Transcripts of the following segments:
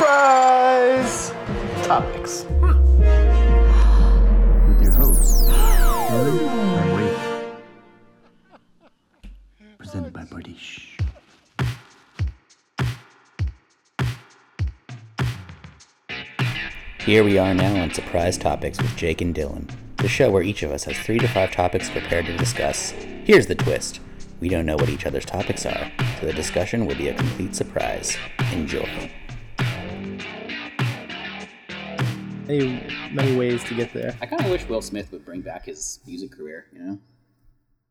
Surprise! Topics. With your host, Lily Marie. Presented by British. Here we are now on Surprise Topics with Jake and Dylan, the show where each of us has three to five topics prepared to discuss. Here's the twist we don't know what each other's topics are, so the discussion will be a complete surprise. Enjoy. many many ways to get there. I kind of wish Will Smith would bring back his music career, you know?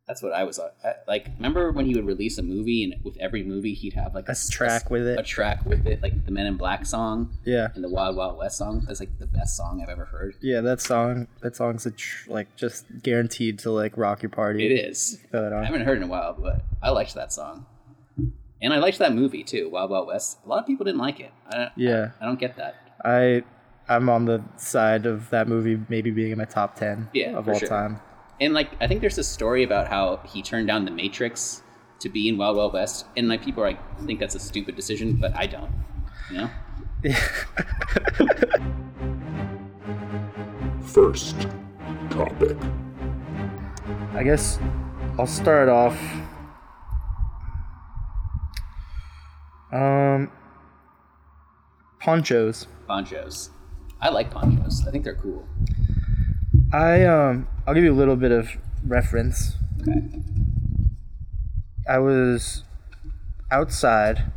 That's what I was uh, I- like. Remember when he would release a movie, and with every movie, he'd have like A s- track s- with it. A track with it, like the Men in Black song Yeah, and the Wild Wild West song. That's like the best song I've ever heard. yeah. That song, that song's a tr- like just guaranteed to like rock your party. It is. Throw that I on. haven't heard in a while, but I liked that song, and I liked that movie too, Wild Wild West. A lot of people didn't like it. I don't, Yeah, I don't get that. I I'm on the side of that movie maybe being in my top ten. Yeah, of for all sure. time. And like, I think there's this story about how he turned down The Matrix to be in Wild Wild West, and like people are like, think that's a stupid decision, but I don't. You know, First topic. I guess I'll start off. Um, ponchos. ponchos. I like ponchos. I think they're cool. I um I'll give you a little bit of reference. Okay. I was outside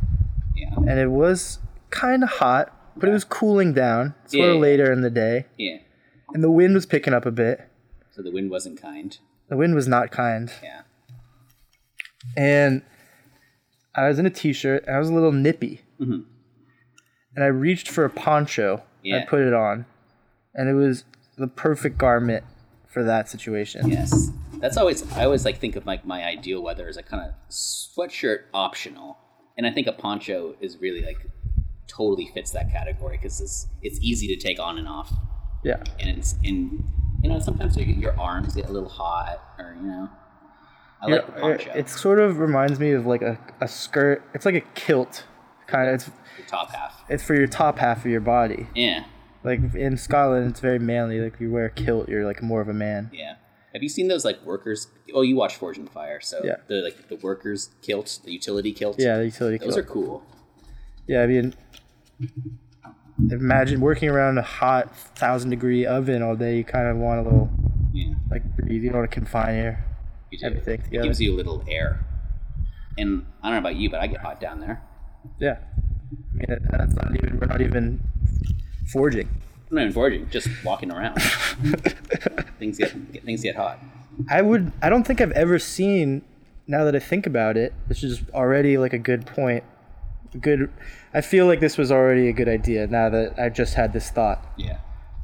Yeah. and it was kind of hot, but it was cooling down. It's a Yeah, little yeah. later in the day, Yeah. and the wind was picking up a bit. So the wind wasn't kind. The wind was not kind, Yeah. and I was in a t-shirt and I was a little nippy, and I reached for a poncho. Mm-hmm. Yeah. I put it on, and it was the perfect garment for that situation. Yes, that's always. I always like think of like my ideal weather as a kind of sweatshirt optional, and I think a poncho is really like totally fits that category because it's it's easy to take on and off, Yeah. and it's in you know sometimes your, your arms get a little hot or you know. I like the Yeah, poncho. It sort of reminds me of like a, a skirt. It's like a kilt, kind of. It's the top half. it's for your top half of your body. Yeah, Like in Scotland, it's very manly. Like you wear a kilt, you're like more of a man. yeah. Have you seen those like workers? Oh, you watch Forge and Fire, so Yeah. the like the workers kilt, the utility kilt. Yeah, the utility those kilt. are cool. yeah, I mean, imagine working around a hot thousand degree oven all day. You kind of want a little Yeah. like breathe. You don't want to confine air. You do. everything It together. gives you a little air. And I don't know about you, but I get hot down there. Yeah, I mean that- that's not even we're not even forging. I'm not even foraging, just walking around. things get, get things get hot. I would. I don't think I've ever seen. Now that I think about it, this is already like a good point. Good. I feel like this was already a good idea. Now that I just had this thought. Yeah.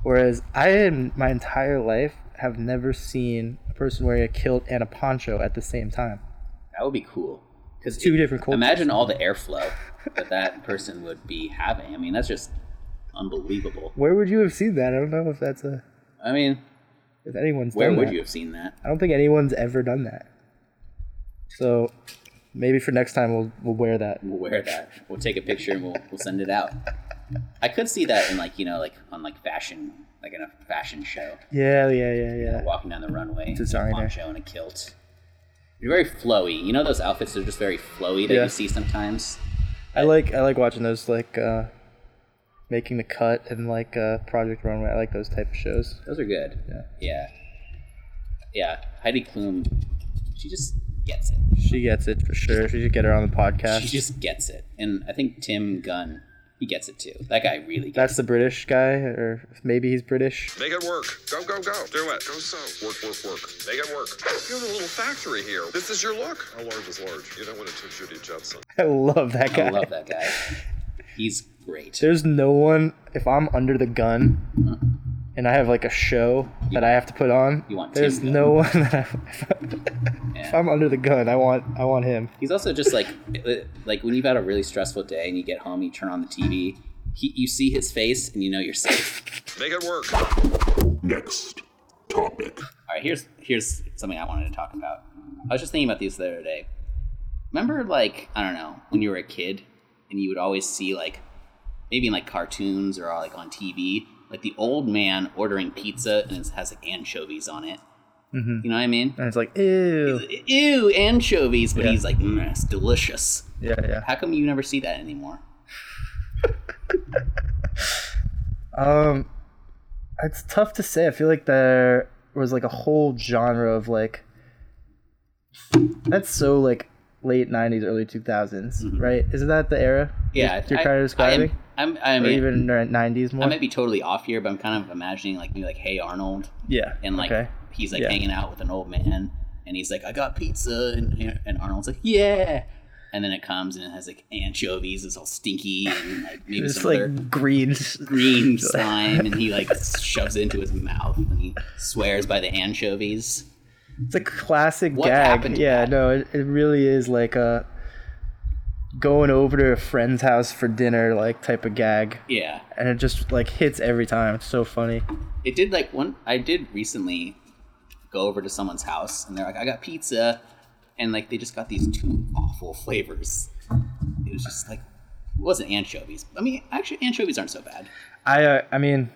Whereas I, in my entire life, have never seen a person wearing a kilt and a poncho at the same time. That would be cool. Cuz Two different cultures. Imagine all the airflow that that person would be having. I mean, that's just unbelievable. Where would you have seen that? I don't know if that's a I mean, if anyone's. where done would that. you have seen that? I don't think anyone's ever done that. So, maybe for next time we'll we'll wear that. We'll wear that. We'll take a picture and we'll we'll send it out. I could see that in like, you know, like on like fashion, like in a fashion show. Yeah, yeah, yeah, yeah. walking down the runway, in a Designer. poncho and a kilt. They're very flowy. You know those outfits are just very flowy that Yeah. you see sometimes. I like I like watching those like uh making the cut and like uh Project Runway. I like those type of shows. Those are good. Yeah. Yeah. Yeah. Heidi Klum, she just gets it. She gets it for sure. She should get her on the podcast. She just gets it. And I think Tim Gunn, he gets it too. That guy really gets That's the British guy, or maybe he's British. Make it work. Go, go, go. Do it. Go so. Work, work, work. Make it work. You have a little factory here. This is your look. How large is large? You don't want it to Judy Jetson. I love that it. guy. I love that guy. He's great. There's no one if I'm under the gun and I have like a show that I have to put on. Mm-hmm. You want Tim there's Gunn. no one that I, if I'm under the gun, I want I want him. He's also just like uh, like when you've had a really stressful day and you get home, you turn on the TV, he, you see his face and you know you're safe. Make it work. Next topic. All right, here's here's something I wanted to talk about. I was just thinking about these the other day. Remember, like I don't know, when you were a kid, and you would always see like maybe in like cartoons or like on TV, like the old man ordering pizza and it has like anchovies on it. Mhm. You know what I mean? And it's like, ew. Ew, anchovies, but Yeah. he's like, mm, it's delicious. Yeah, yeah. How come you never see that anymore? Um, it's tough to say. I feel like there was like a whole genre of like that's so like late '90s, early 2000s, right? Isn't that the era? Mm-hmm. Yeah, you're, I- you're I- kind of describing, I'm, I'm, I or mean, even the '90s I more. might be totally off here, but I'm kind of imagining like maybe like Hey Arnold, yeah, and like okay. he's like Yeah. hanging out with an old man, and he's like, I got pizza, and and Arnold's like, yeah, and then it comes and it has like anchovies, it's all stinky, and like maybe it's some other like green. green slime, and he like shoves it into his mouth, and he swears by the anchovies. It's a classic What gag. happened to yeah, that? no, it, it really is like a going over to a friend's house for dinner like type of gag, Yeah, and it just like hits every time. It's so funny. it did like one i did recently go over to someone's house and they're like i got pizza and like they just got these two awful flavors it was just like it wasn't anchovies i mean actually anchovies aren't so bad I uh, I mean,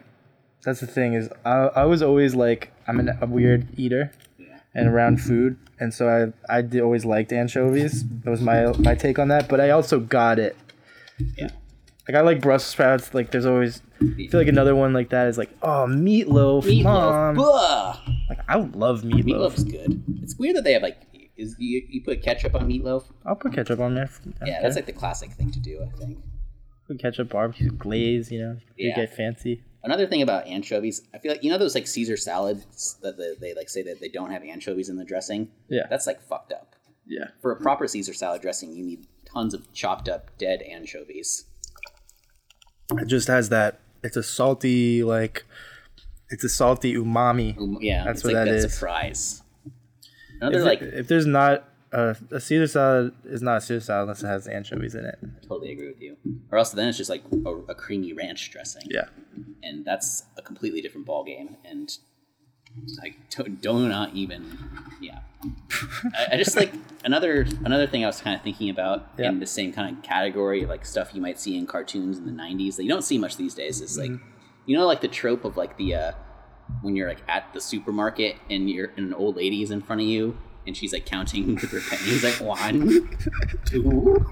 that's the thing is I, I was always like I'm an, a weird eater yeah and around food, and so I I did, always liked anchovies. That was my my take on that. But I also got it. yeah Like I like Brussels sprouts. Like there's always I feel like another one like that is like oh meatloaf, meatloaf mom. Blah! Like I love meatloaf. meatloaf's good it's weird that they have like is you, you put ketchup on meatloaf I'll put ketchup on there. yeah that's like the classic thing to do i think put ketchup, barbecue, glaze. You know, Yeah. you get fancy. Another thing about anchovies, I feel like you know those like Caesar salads that they, they like say that they don't have anchovies in the dressing. Yeah. that's like fucked up. Yeah. For a proper Caesar salad dressing, you need tons of chopped up dead anchovies. It just has that. It's a salty like. It's a salty umami. Um, Yeah, That's it's what like that that is. surprise. if, Another like if there's not a, a Caesar salad, is not a Caesar salad unless it has anchovies in it. totally agree with you. Or else then it's just like a, a creamy ranch dressing. Yeah, and that's a completely different ball game. And like, do, do not even, yeah. I, I just like another another thing I was kind of thinking about Yeah. in the same kind of category of like stuff you might see in cartoons in the '90s that you don't see much these days. Is like, you know, like the trope of like the uh, when you're like at the supermarket and you're and an old lady is in front of you and she's like counting with her pennies like one, two,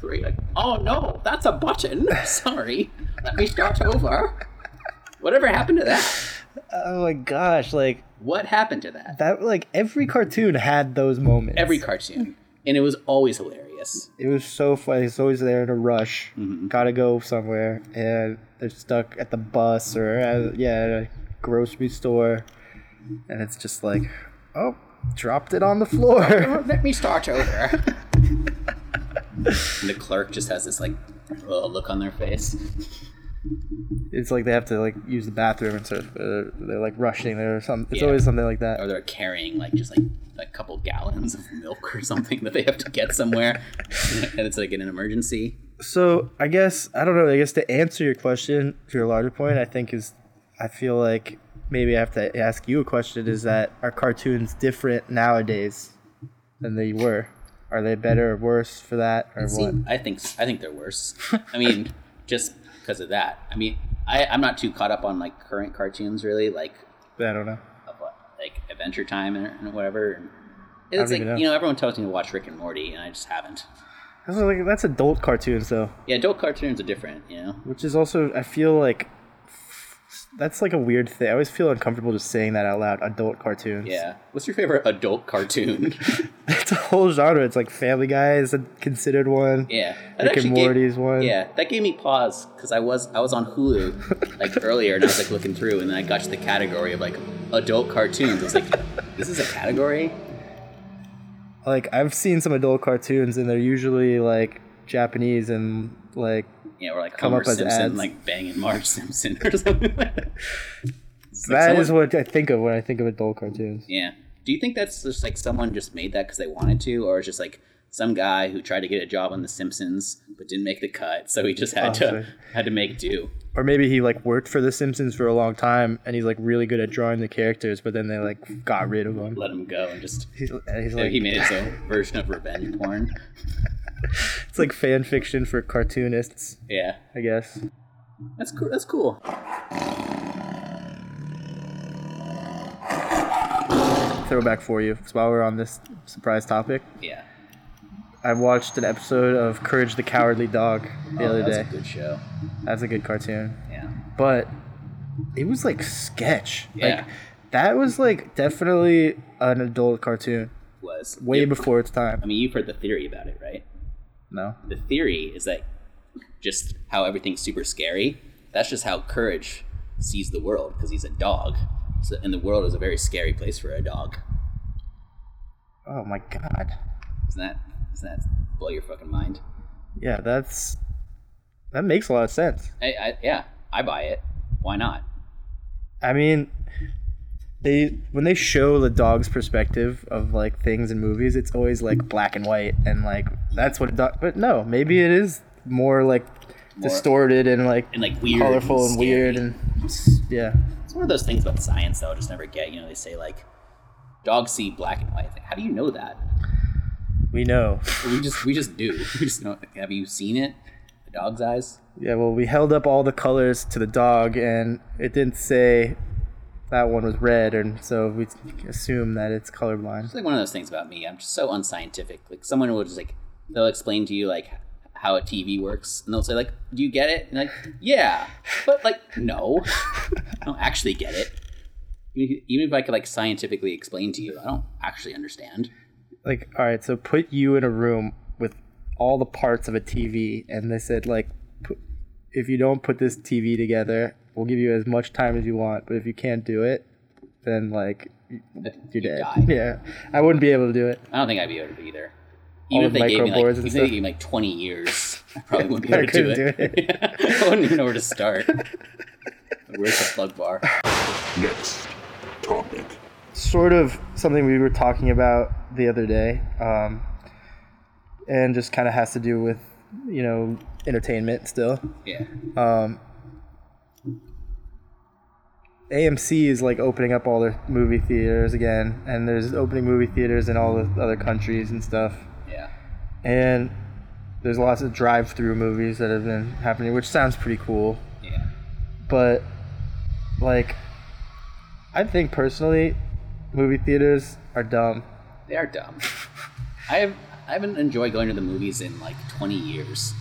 three. Like, oh no, that's a button. Sorry, let me start over. Whatever happened to that? Oh my gosh! Like What happened to that? that. Like every cartoon had those moments. Every cartoon, and it was always hilarious. It was so funny. It's always there in a rush. Mm-hmm. Gotta go somewhere, and they're stuck at the bus or at, yeah, at a grocery store, and it's just like, oh, dropped it on the floor. Let me start over. and the clerk just has this like uh, look on their face. it's like they have to like use the bathroom, and so they're, they're like rushing there or something. It's Yeah. always something like that. or they're carrying like just like a couple gallons of milk or something that they have to get somewhere and it's like in an emergency So I guess I don't know. I guess to answer your question, to your larger point, I think is I feel like maybe I have to ask you a question: Is that are cartoons different nowadays than they were? Are they better or worse for that, or See, what? i think i think they're worse i mean just because of that i mean I, i'm not too caught up on like current cartoons really like I don't know. of what, like adventure time and, and whatever and it's like even know. you know everyone tells me to watch rick and morty and i just haven't That's like that's adult cartoons though, yeah adult cartoons are different you know which is also I feel like that's like a weird thing. I always feel uncomfortable just saying that out loud. Adult cartoons. yeah what's your favorite adult cartoon it's a whole genre. It's like Family Guy is a considered one. Yeah, that Rick and actually gave- Morty's one. Yeah, that gave me pause because I was I was on Hulu like earlier and I was like looking through and then I got to the category of like adult cartoons. I was like, this is a category. like I've seen some adult cartoons and they're usually like Japanese and like Yeah, we're like Come Homer up as Simpson ads. like banging Marge Simpson or something. like that It's like that someone- is what I think of when I think of adult cartoons. Yeah. Do you think that's just like someone just made that because they wanted to, or it's just like some guy who tried to get a job on The Simpsons but didn't make the cut, so he just had to Possibly. had to make do. Or maybe he like worked for The Simpsons for a long time and he's like really good at drawing the characters, but then they like got rid of him. Let him go and just He's, and he's So like, he made his own version of revenge porn. It's like fan fiction for cartoonists, Yeah, I guess. that's cool. That's cool. Throwback for you. So while we're on this surprise topic, Yeah, I watched an episode of Courage the Cowardly Dog the Oh, other that's day. a good show. That's a good cartoon. Yeah, But it was like sketch. Yeah. Like that was like definitely an adult cartoon. was Way Yep. before its time. I mean, you've heard the theory about it, right? No. The theory is that just how everything's super scary. That's just how Courage sees the world because he's a dog, so, and the world is a very scary place for a dog. Oh my god. Isn't that? Isn't that blow your fucking mind? Yeah, that's that makes a lot of sense. I, I, yeah, I buy it. Why not? I mean, they when they show the dog's perspective of like things in movies, it's always like black and white, and like that's what a dog. But no, maybe it is more like distorted and like And like weird, colorful and scary. weird, and yeah, It's one of those things about science that I'll just never get. You know, they say like dogs see black and white. Like, how do you know that? we know. We just we just do. We just know. Have you seen it? The dog's eyes. Yeah, well, we held up all the colors to the dog, and it didn't say that one was red, and so we assume that it's colorblind. It's like one of those things about me. I'm just so unscientific. Like someone will just like they'll explain to you like how a TV works, and they'll say like, "Do you get it?" And like, yeah, but like no, I don't actually get it. Even if- Even if I could like scientifically explain to you, I don't actually understand. like all right so put you in a room with all the parts of a tv and they said like put, if you don't put this tv together we'll give you as much time as you want but if you can't do it then like You you're dead die. yeah i wouldn't be able to do it I don't think I'd be able to do either. All Even if the they gave me like, microboards even and if they stuff. gave me like 20 years, I probably wouldn't be I able to do it. couldn't do I wouldn't even know where to start. Where's the plug bar? Next topic. sort of something we were talking about the other day um, and just kind of has to do with you know entertainment still Um, Yeah. AMC is like opening up all their movie theaters again, and there's opening movie theaters in all the other countries and stuff. Yeah. And there's lots of drive-through movies that have been happening, which sounds pretty cool. Yeah. But like, I think personally, movie theaters are dumb. They are dumb. I have I haven't enjoyed going to the movies in like 20 years.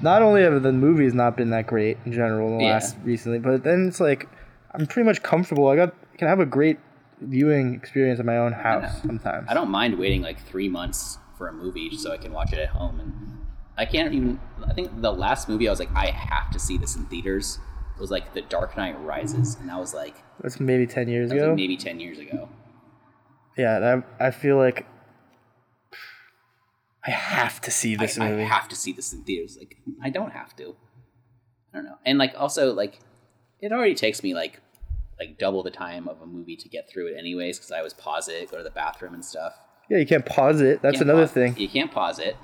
Not only have the movies not been that great in general in the Yeah. last recently, but then it's like I'm pretty much comfortable. I got can have a great viewing experience in my own house sometimes. I don't mind waiting like three months for a movie so I can watch it at home. And I can't even. I think the last movie I was like, I have to see this in theaters was like The Dark Knight Rises, and that was like, That's maybe ten years that was, ago. like maybe 10 years ago. Yeah, that, I feel like I have to see this I, I movie. have to see this in theaters. Like, I don't have to. I don't know. And like, also, like, it already takes me like, like double the time of a movie to get through it, anyways, because I always pause it, go to the bathroom and stuff. yeah, you can't pause it. That's Can't another pause- thing. You can't pause it.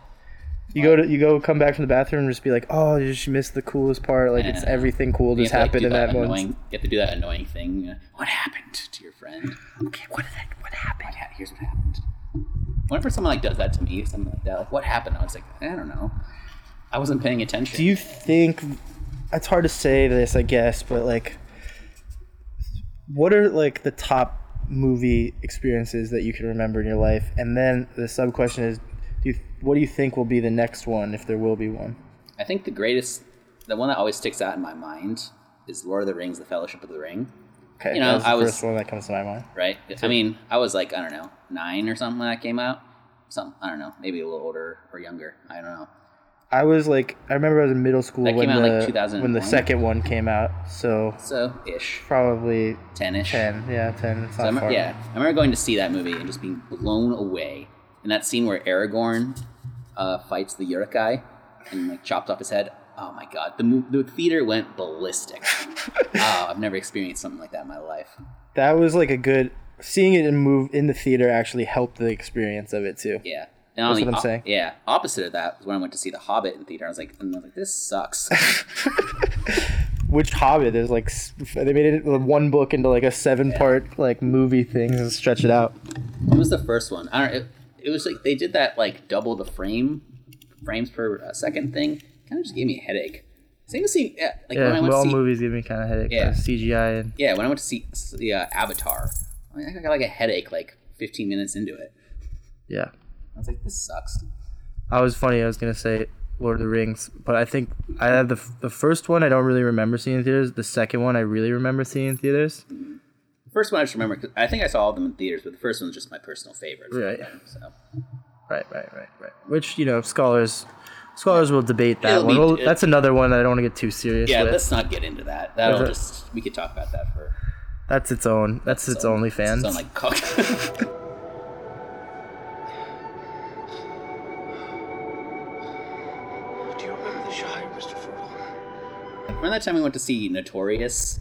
You go to you go come back from the bathroom and just be like, oh, you just missed the coolest part. Like it's Yeah. everything cool You just have to, happened like, do in that annoying, moment. You have to do that annoying thing. uh, What happened to your friend? Okay, what did that, what happened? Yeah, here's what happened. Whenever someone like does that to me, something like that, like what happened? I was like, I don't know. I wasn't paying attention. Do you think it's hard to say this, I guess, but like, what are like the top movie experiences that you can remember in your life? And then the sub question is, do you, what do you think will be the next one if there will be one? I think the greatest, the one that always sticks out in my mind is Lord of the Rings: The Fellowship of the Ring. Okay, You know, that was the I was- first one that comes to my mind. Right? I mean, I was like, I don't know, nine or something when that came out. Some, I don't know, maybe a little older or younger. I don't know. I was like, I remember I was in middle school That when came out, like, the 2001? when the second one came out. So So ish, probably ten-ish. ten, yeah, ten. It's So I not remember- far. yeah, I remember going to see that movie and just being blown away. And that scene where Aragorn uh, fights the Urukai and like chopped off his head. Oh my god, the mo- the theater went ballistic. oh, I've never experienced something like that in my life. that was like a good seeing it in move in the theater actually helped the experience of it too. Yeah. And on That's the what I'm saying. Yeah. Opposite of that was when I went to see The Hobbit in theater. I was like, and I was like, this sucks. Which Hobbit is like s- they made it one book into like a seven part like movie thing and stretch it out. it was the first one. I don't. It, it was like they did that like double the frame frames per uh, second thing. Kind of just gave me a headache. Same as seeing yeah, like when I yeah, went well, to see, movies give me kind of headache. Yeah. Yeah, CGI and yeah when I went to see the uh, Avatar, I, mean, I got like a headache like 15 minutes into it. yeah. I was like, this sucks. I was funny. I was gonna say Lord of the Rings, but I think I had the f- the first one. I don't really remember seeing in theaters. The second one, I really remember seeing in theaters. The first one I just remember 'cause I think I saw all of them in theaters, but the first one's just my personal favorite. Right. So Right, right, right, right. Which you know, scholars scholars will debate that It'll one. be- Well, it- that's another one that I don't want to get too serious yeah, with. let's not get into that. That'll Okay. just we could talk about that for That's its own. That's its some- only fans. some, like cock. Do you remember the Shire, Mr. Furlong? Remember that time we went to see Notorious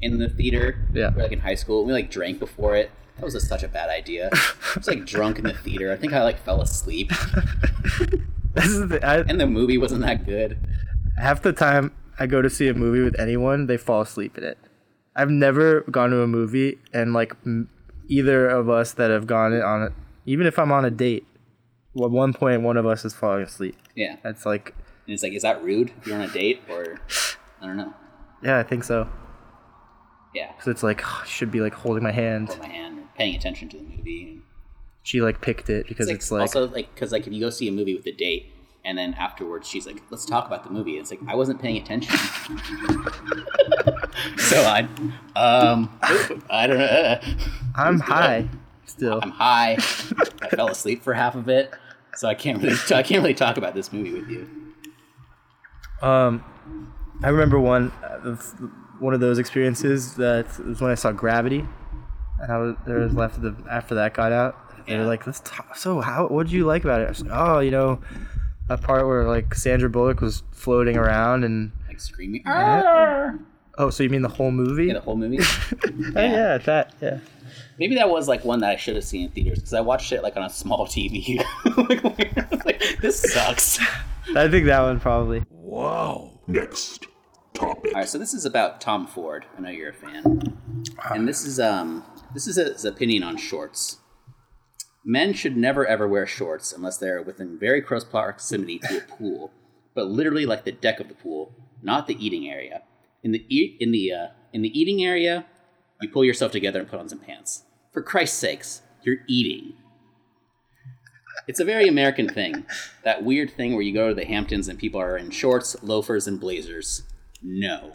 in the theater? Yeah. We were, like in high school. We like drank before it. That was just such a bad idea. I was like drunk in the theater. I think I like fell asleep. This is the, I, And the movie wasn't that good. half the time I go to see a movie with anyone, they fall asleep in it. I've never gone to a movie and like m- either of us that have gone on it, even if I'm on a date, at one point one of us is falling asleep. Yeah. And That's like, it's like, is that rude? If you're on a date or I don't know. yeah, I think so. Yeah. Cause it's like should be like holding my hand. Hold my hand or paying attention to the movie. And She like picked it because it's like, also like because like if you go see a movie with a date and then afterwards she's like, let's talk about the movie. It's like I wasn't paying attention. so I, um, I don't know. I'm high still. I'm high. I fell asleep for half of it, so I can't really I can't really talk about this movie with you. Um, I remember one of one of those experiences that was when I saw Gravity, and I was there was left the after that got out. They Yeah. were like, "Let's talk." So, how what did you like about it? I was like, "Oh, you know, that part where like Sandra Bullock was floating around and Like screaming, Ah. "Arr!" oh, so you mean the whole movie? the whole movie. Oh, yeah. that yeah. Maybe that was like one that I should have seen in theaters because I watched it like on a small TV. like, I was like, this sucks. I think that one probably. Next topic. All right, so this is about Tom Ford. I know you're a fan, and this is um this is his opinion on shorts. Men should never ever wear shorts unless they are within very close proximity to a pool, but literally like the deck of the pool, not the eating area. In the eat in the uh, in the eating area, you pull yourself together and put on some pants. For Christ's sakes, you're eating. It's a very American thing. That weird thing where you go to the Hamptons and people are in shorts, loafers, and blazers. No.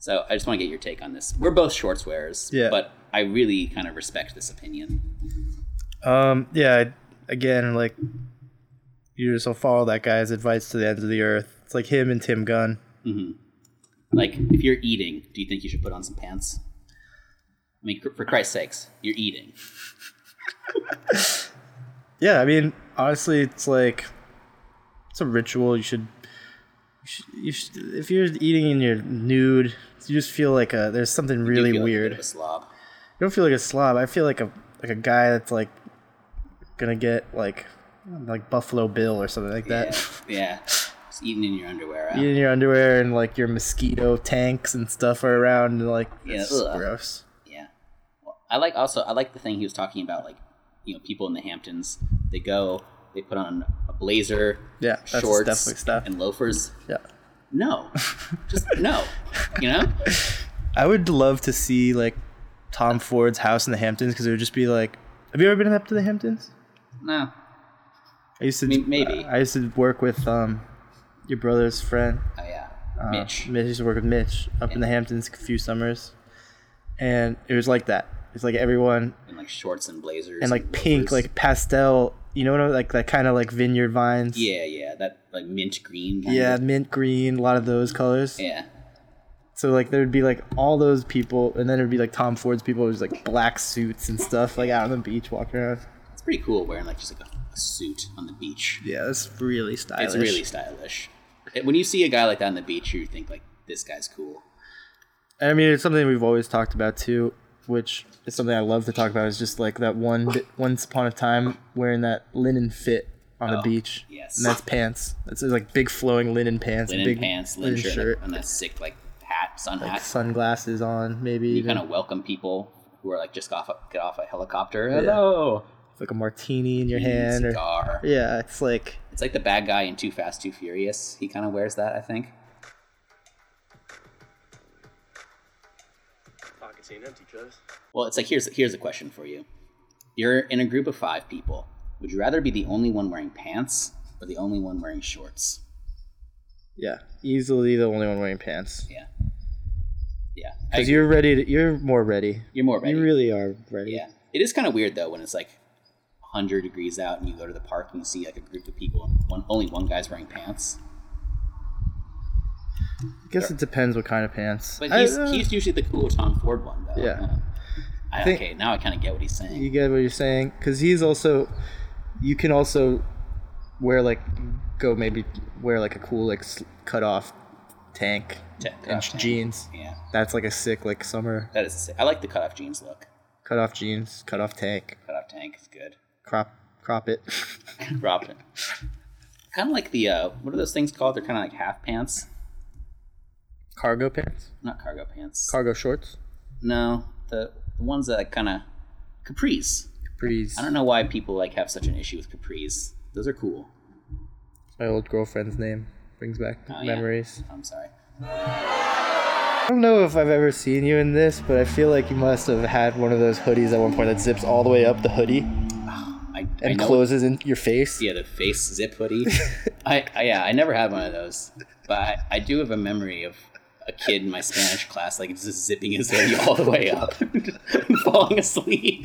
So I just want to get your take on this. We're both shorts wearers, Yeah. but I really kind of respect this opinion. Um, yeah. I- Again, like you just will follow that guy's advice to the ends of the earth. It's like him and Tim Gunn. Like, if you're eating, do you think you should put on some pants? I mean, for Christ's sakes, you're eating. yeah i mean honestly it's like it's a ritual you should you should, you should if you're eating and you're nude you just feel like a there's something You really feel like a bit weird of a slob. you don't feel like a slob i feel like a like a guy that's like gonna get like like buffalo bill or something like that yeah, yeah. Just eating in your underwear. huh? eating your underwear and like your mosquito tanks and stuff are around and like Yeah, it's ugh. gross Yeah. Well, I like also I like the thing he was talking about like you know people in the Hamptons they go they put on a blazer Yeah, that's shorts definitely stuff. and loafers yeah no just no you know i would love to see like tom ford's house in the hamptons because it would just be like have you ever been up to the hamptons no I used to mean, maybe. I used to work with um your brother's friend. oh yeah uh, Mitch Mitch I used to work with Mitch up in the Hamptons a few summers, and it was like that. It's like everyone in like shorts and blazers and like pink, loafers. like pastel. You know, what I- like that kind of like vineyard vines. yeah yeah that like mint green kind Yeah, of- mint green, a lot of those colors. yeah So like there would be like all those people, and then it would be like Tom Ford's people, who's like black suits and stuff, like out on the beach walking around. it's pretty cool wearing like just like a, a suit on the beach Yeah, that's really stylish. it's really stylish It- when you see a guy like that on the beach you think like this guy's cool I mean, it's something we've always talked about too, which is something I love to talk about. Is just like that one bit, once upon a time wearing that linen fit on the beach. Oh, yes. and that's pants. That's it's like big flowing linen pants, and linen big pants, linen shirt, and that sick like hat, sun hat. sunglasses on. Maybe you even. kind of welcome people who are like just off a, get off a helicopter. Hello, like a martini in your hand or cigar. yeah, it's like It's like the bad guy in Too Fast, Too Furious. He kind of wears that, I think. Pockets ain't empty, cuz. Well, it's like here's here's a question for you. You're in a group of five people. Would you rather be the only one wearing pants or the only one wearing shorts? yeah, easily the only one wearing pants. Yeah. Yeah. I Because agree. you're ready. To, you're more ready. You're more ready. You really are ready. yeah. It is kind of weird though when it's like 100 degrees out and you go to the park and you see like a group of people and one only one guy's wearing pants. I guess it depends what kind of pants. But I- he's uh, he's usually the cool Tom Ford one though. Yeah. Uh, I, Think- okay, now I kind of get what he's saying. you get what you're saying because he's also you can also wear like go maybe wear like a cool like s- cut off tank Cut and off tank. jeans yeah. that's like a sick like summer That is sick. I like the cutoff jeans look. cut off jeans cut off tank Cutoff tank is good. crop crop it Dropped it. kind of like the uh, what are those things called? They're kind of like half pants, cargo pants not cargo pants. cargo shorts no, the, the ones that like, kind of capris. breeze I don't know why people like have such an issue with capris. Those are cool. my old girlfriend's name brings back Oh, yeah. memories I'm sorry. i don't know if i've ever seen you in this but i feel like you must have had one of those hoodies at one point that zips all the way up the hoodie I, I and know closes in your face Yeah, the face zip hoodie. I, I yeah, I never had one of those, but I, I do have a memory of a kid in my Spanish class like just zipping his hoodie all the way up, falling asleep.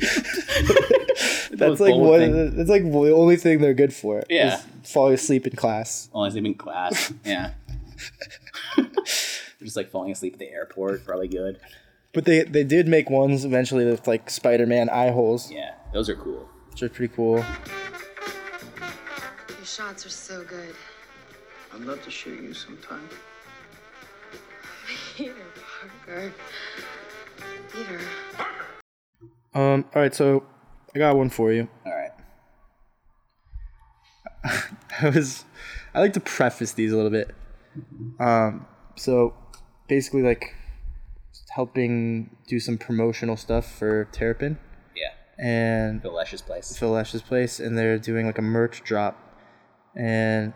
That's like what. That's like the only thing they're good for. Yeah. is falling asleep in class. falling asleep in class. Yeah. just like falling asleep at the airport, probably good. But they they did make ones eventually with like Spider Man eye holes, Yeah, those are cool. which are pretty cool. Your shots are so good. I'd love to shoot you sometime. Peter Parker. Peter. Um. All right, so I got one for you. All right. I was I like to preface these a little bit. Um. So basically, like helping do some promotional stuff for Terrapin Yeah. and The luscious place. Phil Lash's place, and they're doing like a merch drop, and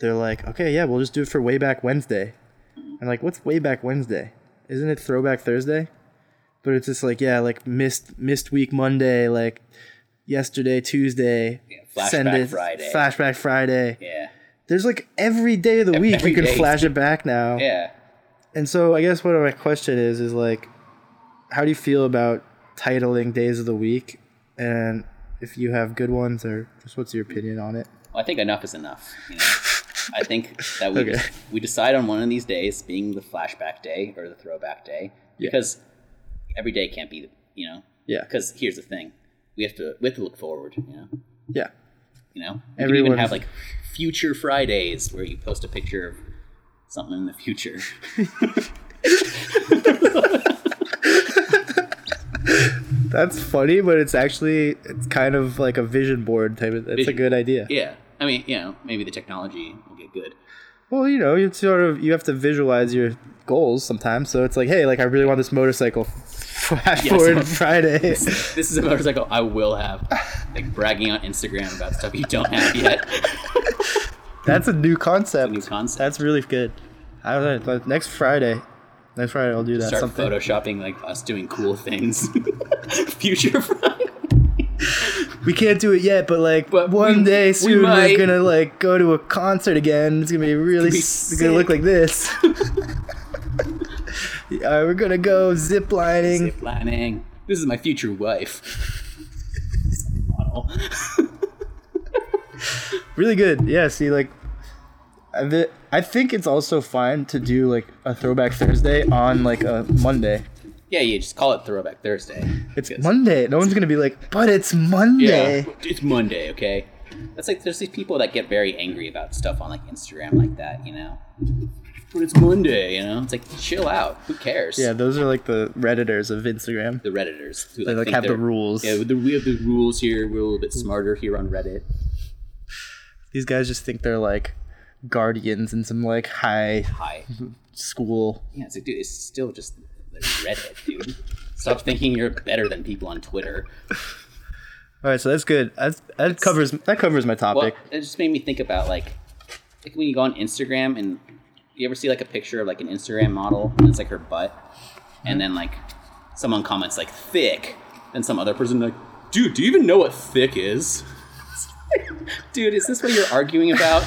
they're like, okay, yeah, we'll just do it for Way Back Wednesday. I'm like, what's Way Back Wednesday? Isn't it Throwback Thursday? But it's just like, yeah, like missed missed week Monday, like yesterday Tuesday, Flashback send it- Friday. flashback Friday. Yeah. There's like every day of the week every you can day. flash it back now. Yeah. And so I guess what my question is is like, how do you feel about titling days of the week, and if you have good ones or just what's your opinion on it? Well, I think enough is enough. You know? I think that we Okay. just- we decide on one of these days being the flashback day or the throwback day Yeah. because every day can't be you know Yeah, because here's the thing we have to we have to look forward you know yeah, you know we could even Everyone- have like future Fridays where you post a picture of something in the future. that's funny, but it's actually it's kind of like a vision board type of. That's Vision- a good idea. Yeah, I mean you know maybe the technology will get good. Well, you know, you sort of you have to visualize your goals sometimes. So it's like, hey, like I really want this motorcycle. Flash Yeah, forward so- Friday. This is a motorcycle I will have like bragging on Instagram about stuff you don't have yet. That's a new concept. New concept. That's really good. I don't know. but Next Friday, next Friday I'll do that. start something. photoshopping like us doing cool things. Future Friday. we can't do it yet, but like But one we- day we soon we might. are gonna like go to a concert again. It's gonna be really be s- it's gonna look like this. yeah, we're gonna go zip lining. Zip lining. This is my future wife. Model. Really good. Yeah. See, like, I thi- I think it's also fine to do like a throwback Thursday on like a Monday. Yeah, you just call it Throwback Thursday. It's Yes. Monday. No one's gonna be like, but it's Monday. It's Monday, okay? That's like there's these people that get very angry about stuff on like Instagram like that, you know. But it's Monday, you know. It's like chill out. Who cares? Yeah, those are like the redditors of Instagram. The redditors. Who, They like think have the they're- rules. Yeah, the, we have the rules here. We're a little bit smarter here on Reddit. These guys just think they're like guardians in some like high Hi. school. Yeah, it's like, dude, it's still just the Reddit, dude. Stop thinking you're better than people on Twitter. All right, so that's good. That's, that covers that covers my Well, topic. it just made me think about like, like when you go on Instagram and you ever see like a picture of like an Instagram model and it's like her butt, and then like someone comments like thick, and some other person like, dude, do you even know what thick is? dude, is this what you're arguing about?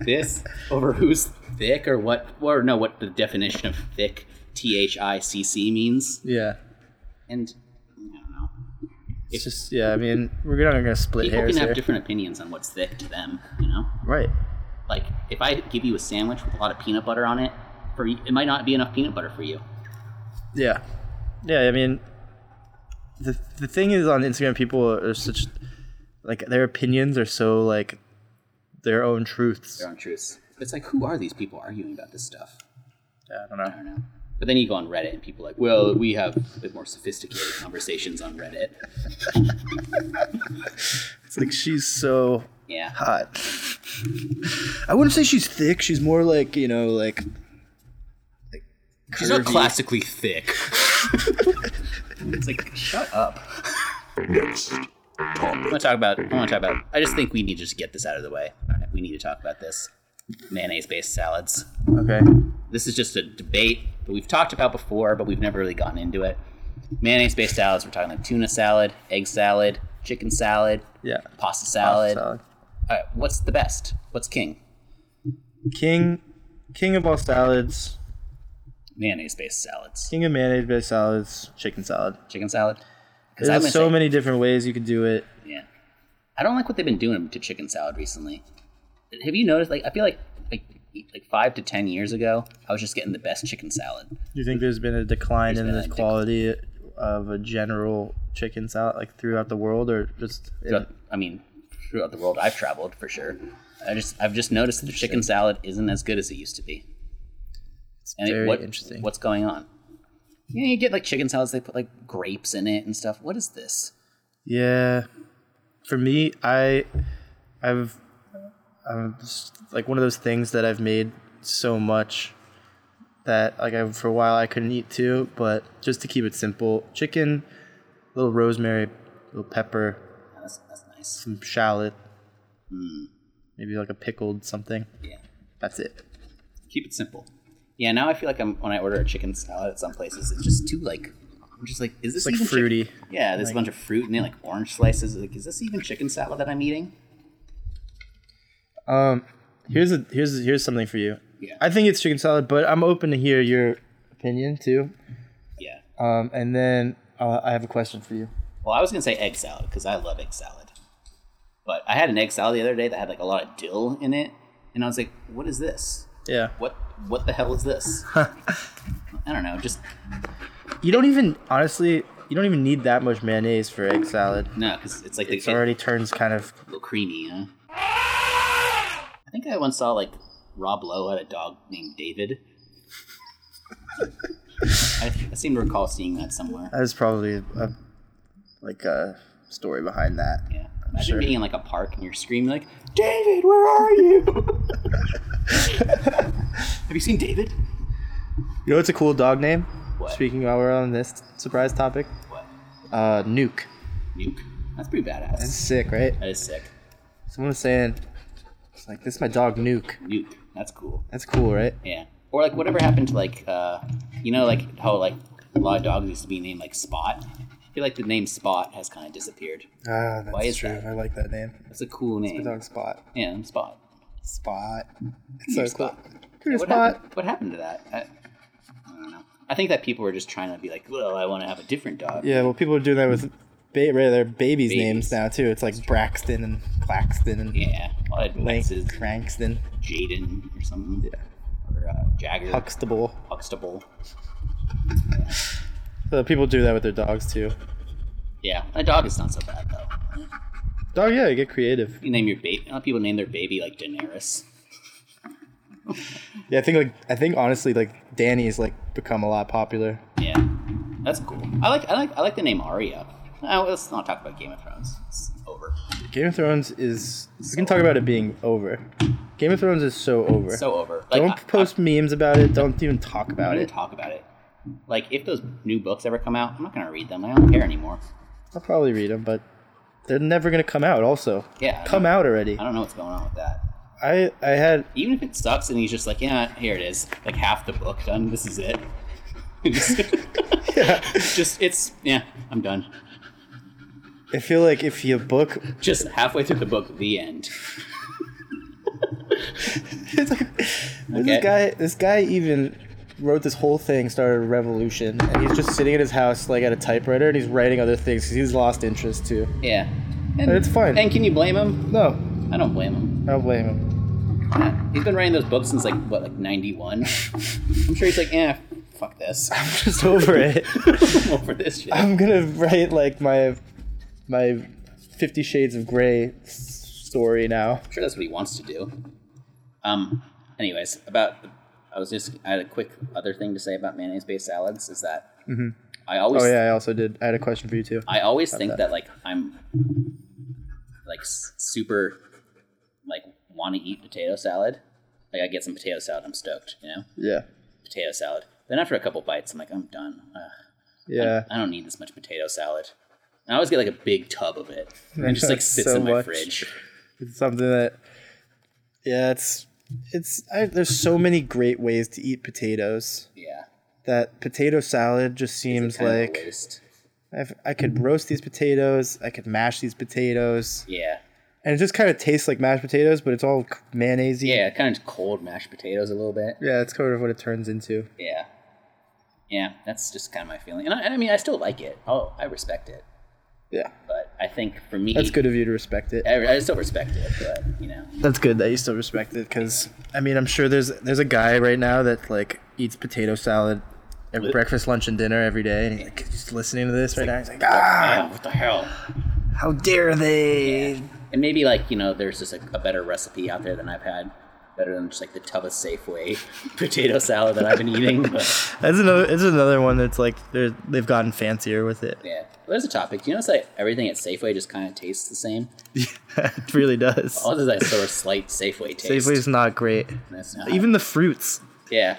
this over who's thick or what? Or no, what the definition of thick, T H I C C means? yeah, And I don't know. it's just yeah. I mean, we're not gonna split People hairs can here, have different opinions on what's thick to them, you know. right? like if I give you a sandwich with a lot of peanut butter on it, for y- it might not be enough peanut butter for you. Yeah, yeah. I mean, the the thing is on Instagram, people are such like their opinions are so like their own truths. They're on truths. It's like who are these people arguing about this stuff? Yeah, I don't know. I don't know. But then you go on Reddit and people are like, well, we have a bit more sophisticated conversations on Reddit. It's like she's so Yeah, hot. I wouldn't say she's thick. She's more like you know like she's not classically thick. it's like shut up. Next I topic. want to talk about. I want to talk about. I just think we need to just get this out of the way. We need to talk about this mayonnaise-based salads. okay. this is just a debate that we've talked about before, but we've never really gotten into it. Mayonnaise based salads, we're talking like tuna salad, egg salad, chicken salad, Yeah. pasta salad. Salad. All right, what's the best? What's king? King, king of all salads. Mayonnaise based salads. King of mayonnaise based salads, chicken salad. Chicken salad? Because I'm There's gonna so say- many different ways you could do it. Yeah. I don't like what they've been doing to chicken salad recently. Have you noticed? Like, I feel like like like five to ten years ago, I was just getting the best chicken salad. Do you think there's been a decline in Mm-hmm. been the a dec- quality of a general chicken salad, like throughout the world, or just in- throughout, I mean, throughout the world I've traveled for sure. I just I've just noticed that the chicken salad isn't as good as it used to be. It's very interesting. What's going on? You know, you get like chicken salads. They put like grapes in it and stuff. What is this? yeah? For me, I, I've, I'm just, like one of those things that I've made so much that like I, for a while I couldn't eat too, but just to keep it simple, chicken, little rosemary, little pepper, Yeah, That's, that's nice. Hmm. some shallot, maybe like a pickled something. Yeah, That's it. keep it simple. Yeah, now I feel like I'm when I order a chicken salad at some places, it's just too like I'm just like, is this It's like even chick- fruity. Yeah, there's a bunch of fruit and then like orange slices. Like, is this even chicken salad that I'm eating? Um, here's a here's here's something for you. Yeah. I think it's chicken salad, but I'm open to hear your opinion too. Yeah. Um, and then I'll, I have a question for you. Well, I was gonna say egg salad because I love egg salad. But I had an egg salad the other day that had like a lot of dill in it, and I was like, "What is this? Yeah. What what the hell is this?" I don't know. Just You don't even honestly, you don't even need that much mayonnaise for egg salad. no, because it's like It's they already turns kind of. a little creamy, huh? I think I once saw like Rob Lowe had a dog named David. I, I seem to recall seeing that somewhere. That is probably a, like a story behind that. Yeah, imagine sure. being in like a park and you're screaming like, "David, where are you?" Have you seen David? You know, what's a cool dog name. What? Speaking while we're on this surprise topic, What? uh, Nuke. Nuke? That's pretty badass. That's sick, right? That is sick. Someone was saying, it's like this is my dog Nuke. Nuke. That's cool. That's cool, right? Yeah. Or like whatever happened to like uh you know like how like a lot of dogs used to be named like Spot. I feel like the name Spot has kind of disappeared. Ah, that's is true. that? I like that name. That's a cool name. Dog Spot. Yeah, I'm Spot. Spot. It's so Spot. cool. Come here, What Spot. happened, what happened to that? I, I don't know. I think that people were just trying to be like, well, I want to have a different dog. Yeah, well, people are doing that with ba- right, their babies' names Babies. now too. It's like Braxton and Claxton and Yeah. A lot of Lank, Lexes, Crankston, Jaden or something. Yeah. Or uh, Jagger. Huxtable. Huxtable. So people do that with their dogs too. Yeah. A dog is not so bad though. Dog, yeah, you get creative. You name your baby. A lot of people name their baby like Daenerys. Yeah, I think like I think honestly like Danny's like become a lot popular. Yeah, that's cool. I like I like I like the name Arya. Oh, let's not talk about Game of Thrones. It's over. Game of Thrones is we can talk about it being over. Game of Thrones is so over. So over. Like, don't I- post memes about it. Don't even talk I, I about didn't it. talk about it. Like if those new books ever come out, I'm not gonna read them. I don't care anymore. I'll probably read them, but they're never gonna come out. Also, Yeah, I come don't- out already. I don't know what's going on with that. I I had Even if it sucks and he's just like, yeah, here it is, like half the book done. This is it. just, just it's yeah, I'm done. I feel like if you book, Just halfway through the book, the end. it's like, Okay. this guy this guy even wrote this whole thing, started a revolution, and he's just sitting at his house like at a typewriter and he's writing other things because he's lost interest too. Yeah, and And it's fine. And can you blame him? No, I don't blame him. I don't blame him. Yeah, He's been writing those books since like what, like '91. I'm sure he's like, yeah, fuck this. I'm just over it. I'm over this shit. I'm gonna write like my my Fifty Shades of Grey s- story now. I'm sure that's what he wants to do. Um. Anyways, about I was just I had a quick other thing to say about mayonnaise based salads is that I always Oh yeah, I also did. I had a question for you too. I always think that like I'm like s- super like want to eat potato salad. Like I get some potato salad, I'm stoked. You know, Yeah, potato salad. Then after a couple bites, I'm like I'm done. Ugh, yeah. I don't need this much potato salad. And I always get like a big tub of it and it just like sits So in my much. fridge. It's something that yeah, it's it's I, there's so many great ways to eat potatoes Yeah, that potato salad just seems Kind of a like waste. I've, I could roast these potatoes, I could mash these potatoes, yeah. and it just kind of tastes like mashed potatoes, but it's all mayonnaise. Yeah, kind of cold mashed potatoes a little bit. yeah, it's kind of what it turns into. Yeah, yeah, that's just kind of my feeling, and I, and I mean, I still like it. Oh, I respect it, Yeah, but I think for me, that's good of you to respect it. I, I still respect it, but you know, That's good that you still respect it, because I mean, I'm sure there's there's a guy right now that like eats potato salad. At breakfast, lunch, and dinner every day, and he's like, just listening to this right now. He's like, ah, oh, what the hell? how dare they? And maybe like you know, there's just a, a better recipe out there than I've had, better than just like the tub of Safeway potato salad that I've been eating. But That's another. It's another one that's like they're they've gotten fancier with it. yeah, well, there's a topic. Do you notice that everything at Safeway just kind of tastes the same? it really does. All there's that sort of slight Safeway taste. Safeway's not great. That's not- Even the fruits. yeah.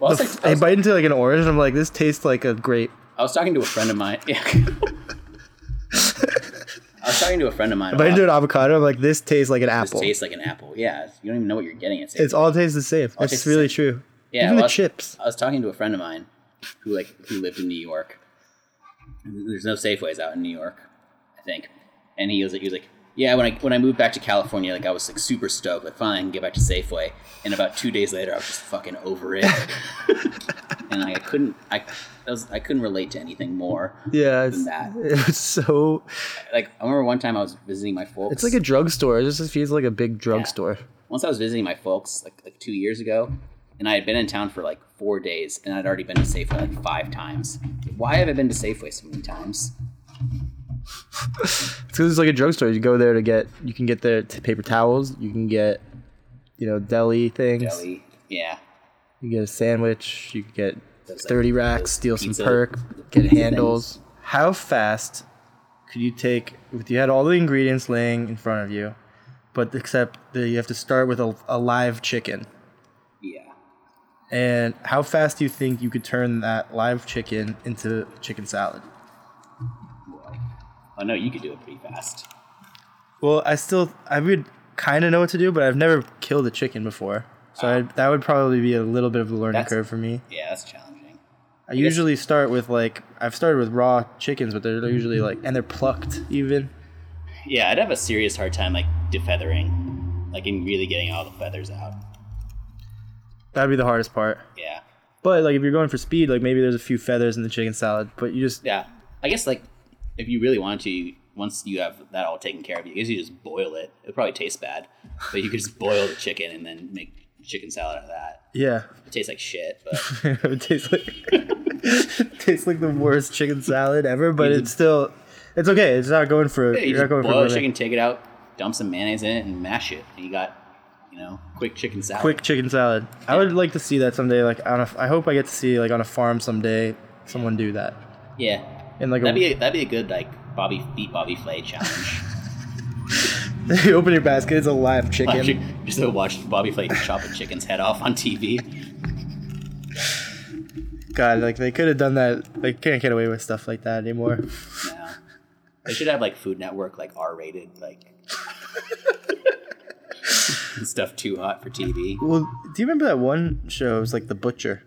Well, I was, The like, f- I I was- bite into like an orange. and I'm like, this tastes like a grape. I was talking to a friend of mine. Yeah. I was talking to a friend of mine. I bite about- into an avocado. I'm like, this tastes like an This apple. tastes like an apple. Yeah, you don't even know what you're getting. It's, it's all tastes the same. tastes That's the really same. true. yeah, Even well, uh, I the was- chips. I was talking to a friend of mine who like who lived in New York. There's no Safeways out in New York, I think. And he was he was like, yeah, when I when I moved back to California, like I was like super stoked, like finally I can get back to Safeway. And about two days later, I was just fucking over it. and like, I couldn't I that was, I couldn't relate to anything more. Yeah, it's, than that. it's so. Like I remember one time I was visiting my folks. It's like a drugstore. It just feels like a big drugstore. once I was visiting my folks like, like two years ago, and I had been in town for like four days, and I'd already been to Safeway like five times. Why have I been to Safeway so many times? It's 'cause it's like a drugstore. You go there to get. You can get their t- paper towels. You can get, you know, deli things. Deli, yeah. You get a sandwich. You get Those, like, thirty those racks. Steal some pizza- perk. Get pizza handles. How fast could you take? If you had all the ingredients laying in front of you, but except that you have to start with a, a live chicken. Yeah. And how fast do you think you could turn that live chicken into chicken salad? Oh no, you could do it pretty fast. Well, I still I would kind of know what to do, but I've never killed a chicken before, so I, that would probably be a little bit of a learning That's- curve for me. Yeah, that's challenging. I usually start with like I've started with raw chickens, but they're usually like and they're plucked even. Yeah, I'd have a serious hard time like defeathering, like in really getting all the feathers out. That'd be the hardest part. Yeah. But like if you're going for speed, like maybe there's a few feathers in the chicken salad, but you just Yeah. I guess like if you really wanted to, once you have that all taken care of, you guess you just boil it. It probably tastes bad, but you could just boil the chicken and then make chicken salad out of that. yeah, It tastes like shit, but it tastes like tastes like the worst chicken salad ever. But it's still it's okay. It's not going for you you're not just going for boil the gourmet. chicken, take it out, dump some mayonnaise in it, and mash it. And you got, you know, quick chicken salad. quick chicken salad. I would like to see that someday. Like on a, I hope I get to see like on a farm someday someone do that. Yeah. And like That'd a, be a, that'd be a good like Bobby beat Bobby Flay challenge. you open your basket, it's a live chicken. Actually, just to watch Bobby Flay chop a chicken's head off on TV. God, like they could have done that. They can't get away with stuff like that anymore. No. I should have like Food Network, like R rated, like stuff too hot for TV. Well, do you remember that one show? It was like The Butcher.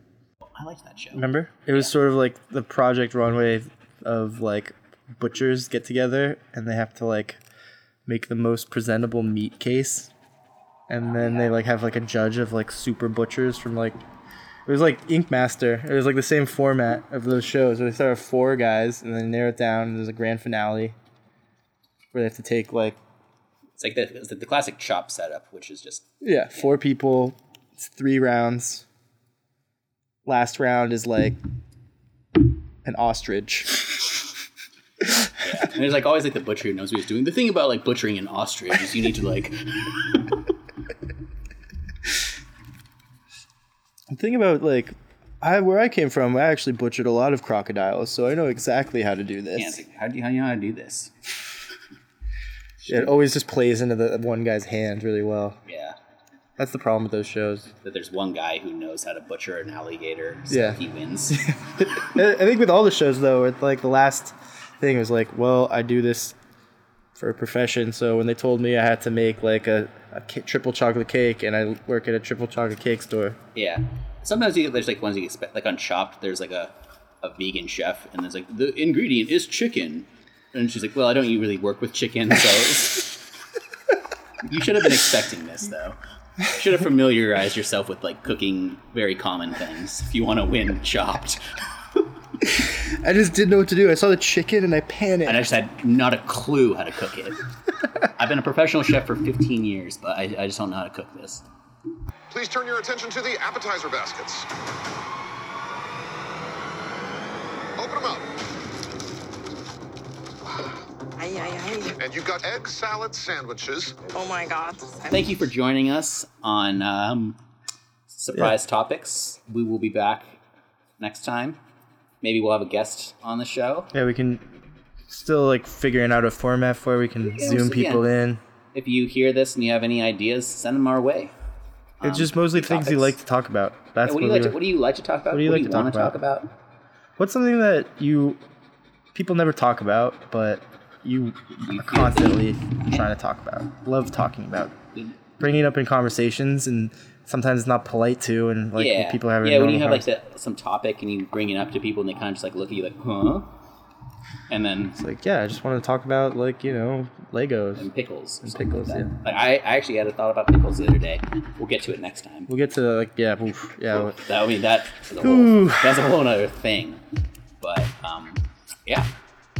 I liked that show. Remember? It was sort of like the Project Runway of like butchers get together and they have to like make the most presentable meat case. And then they like have like a judge of like super butchers from like it was like Ink Master. It was like the same format of those shows where they start with four guys and then narrow it down and there's a grand finale where they have to take like It's like the, it's the, the classic chop setup, which is just Yeah, four people. It's three rounds. Last round is like an ostrich. And there's like always like the butcher who knows what he's doing. The thing about like butchering an ostrich is you need to like The thing about like I where I came from, I actually butchered a lot of crocodiles, so I know exactly how to do Yeah, it's this. like, how do you how do you know how to do this? It always just plays into the one guy's hand really well. Yeah. That's the problem with those shows. That there's one guy who knows how to butcher an alligator, so Yeah. he wins. I I think with all the shows though, it's like the last thing was like, well, I do this for a profession, so when they told me I had to make like a, a ca- triple chocolate cake, and I work at a triple chocolate cake store, yeah. Sometimes you get there's like ones you expect like on Chopped, there's like a, a vegan chef and there's like the ingredient is chicken. And she's like, Well, I don't really work with chicken, so You should have been expecting this though. You should have familiarized yourself with like cooking very common things if you want to win chopped. I just didn't know what to do. I saw the chicken and I panicked. and I just had not a clue how to cook it. I've been a professional chef for 15 years, but I, I just don't know how to cook this. Please turn your attention to the appetizer baskets. Open them up, Ay, ay, ay. and you've got egg salad sandwiches. Oh my god. Thank you for joining us on um, Surprise Topics. We will be back next time. Maybe we'll have a guest on the show. yeah, we can still like figuring out a format for we can zoom so, yeah. people in. If you hear this and you have any ideas, send them our way. It's just mostly things you like Um, topics. to talk about. That's what, What do, you like to, we what do you like to talk about? What do you like to talk want to talk about? What's something that you people never talk about, but you are constantly trying to talk about? Love talking about, bringing it up in conversations, and sometimes it's not polite to, and like yeah. people have yeah, when you have like the, some topic and you bring it up to people and they kind of just like look at you like, huh? And then It's like yeah, I just want to talk about like you know Legos. and pickles. or And something pickles, that. Like I, I actually had a thought about pickles the other day. We'll get to it next time. We'll get to like yeah, oof, yeah. That I mean that is a whole, Ooh. that's a whole other thing. But um, yeah,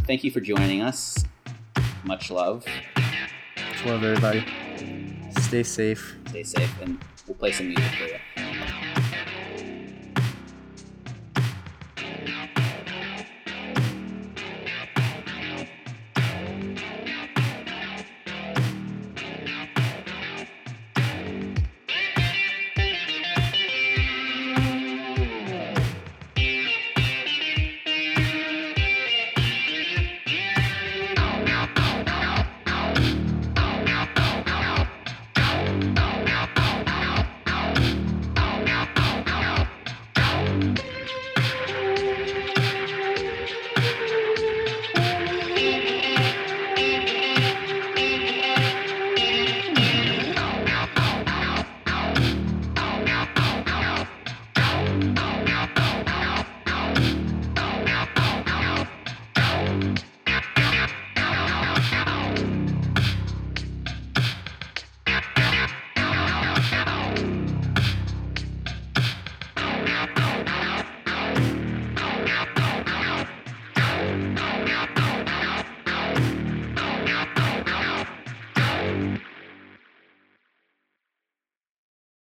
thank you for joining us. Much love. Just love everybody. Stay safe. Stay safe, and we'll play some music for you.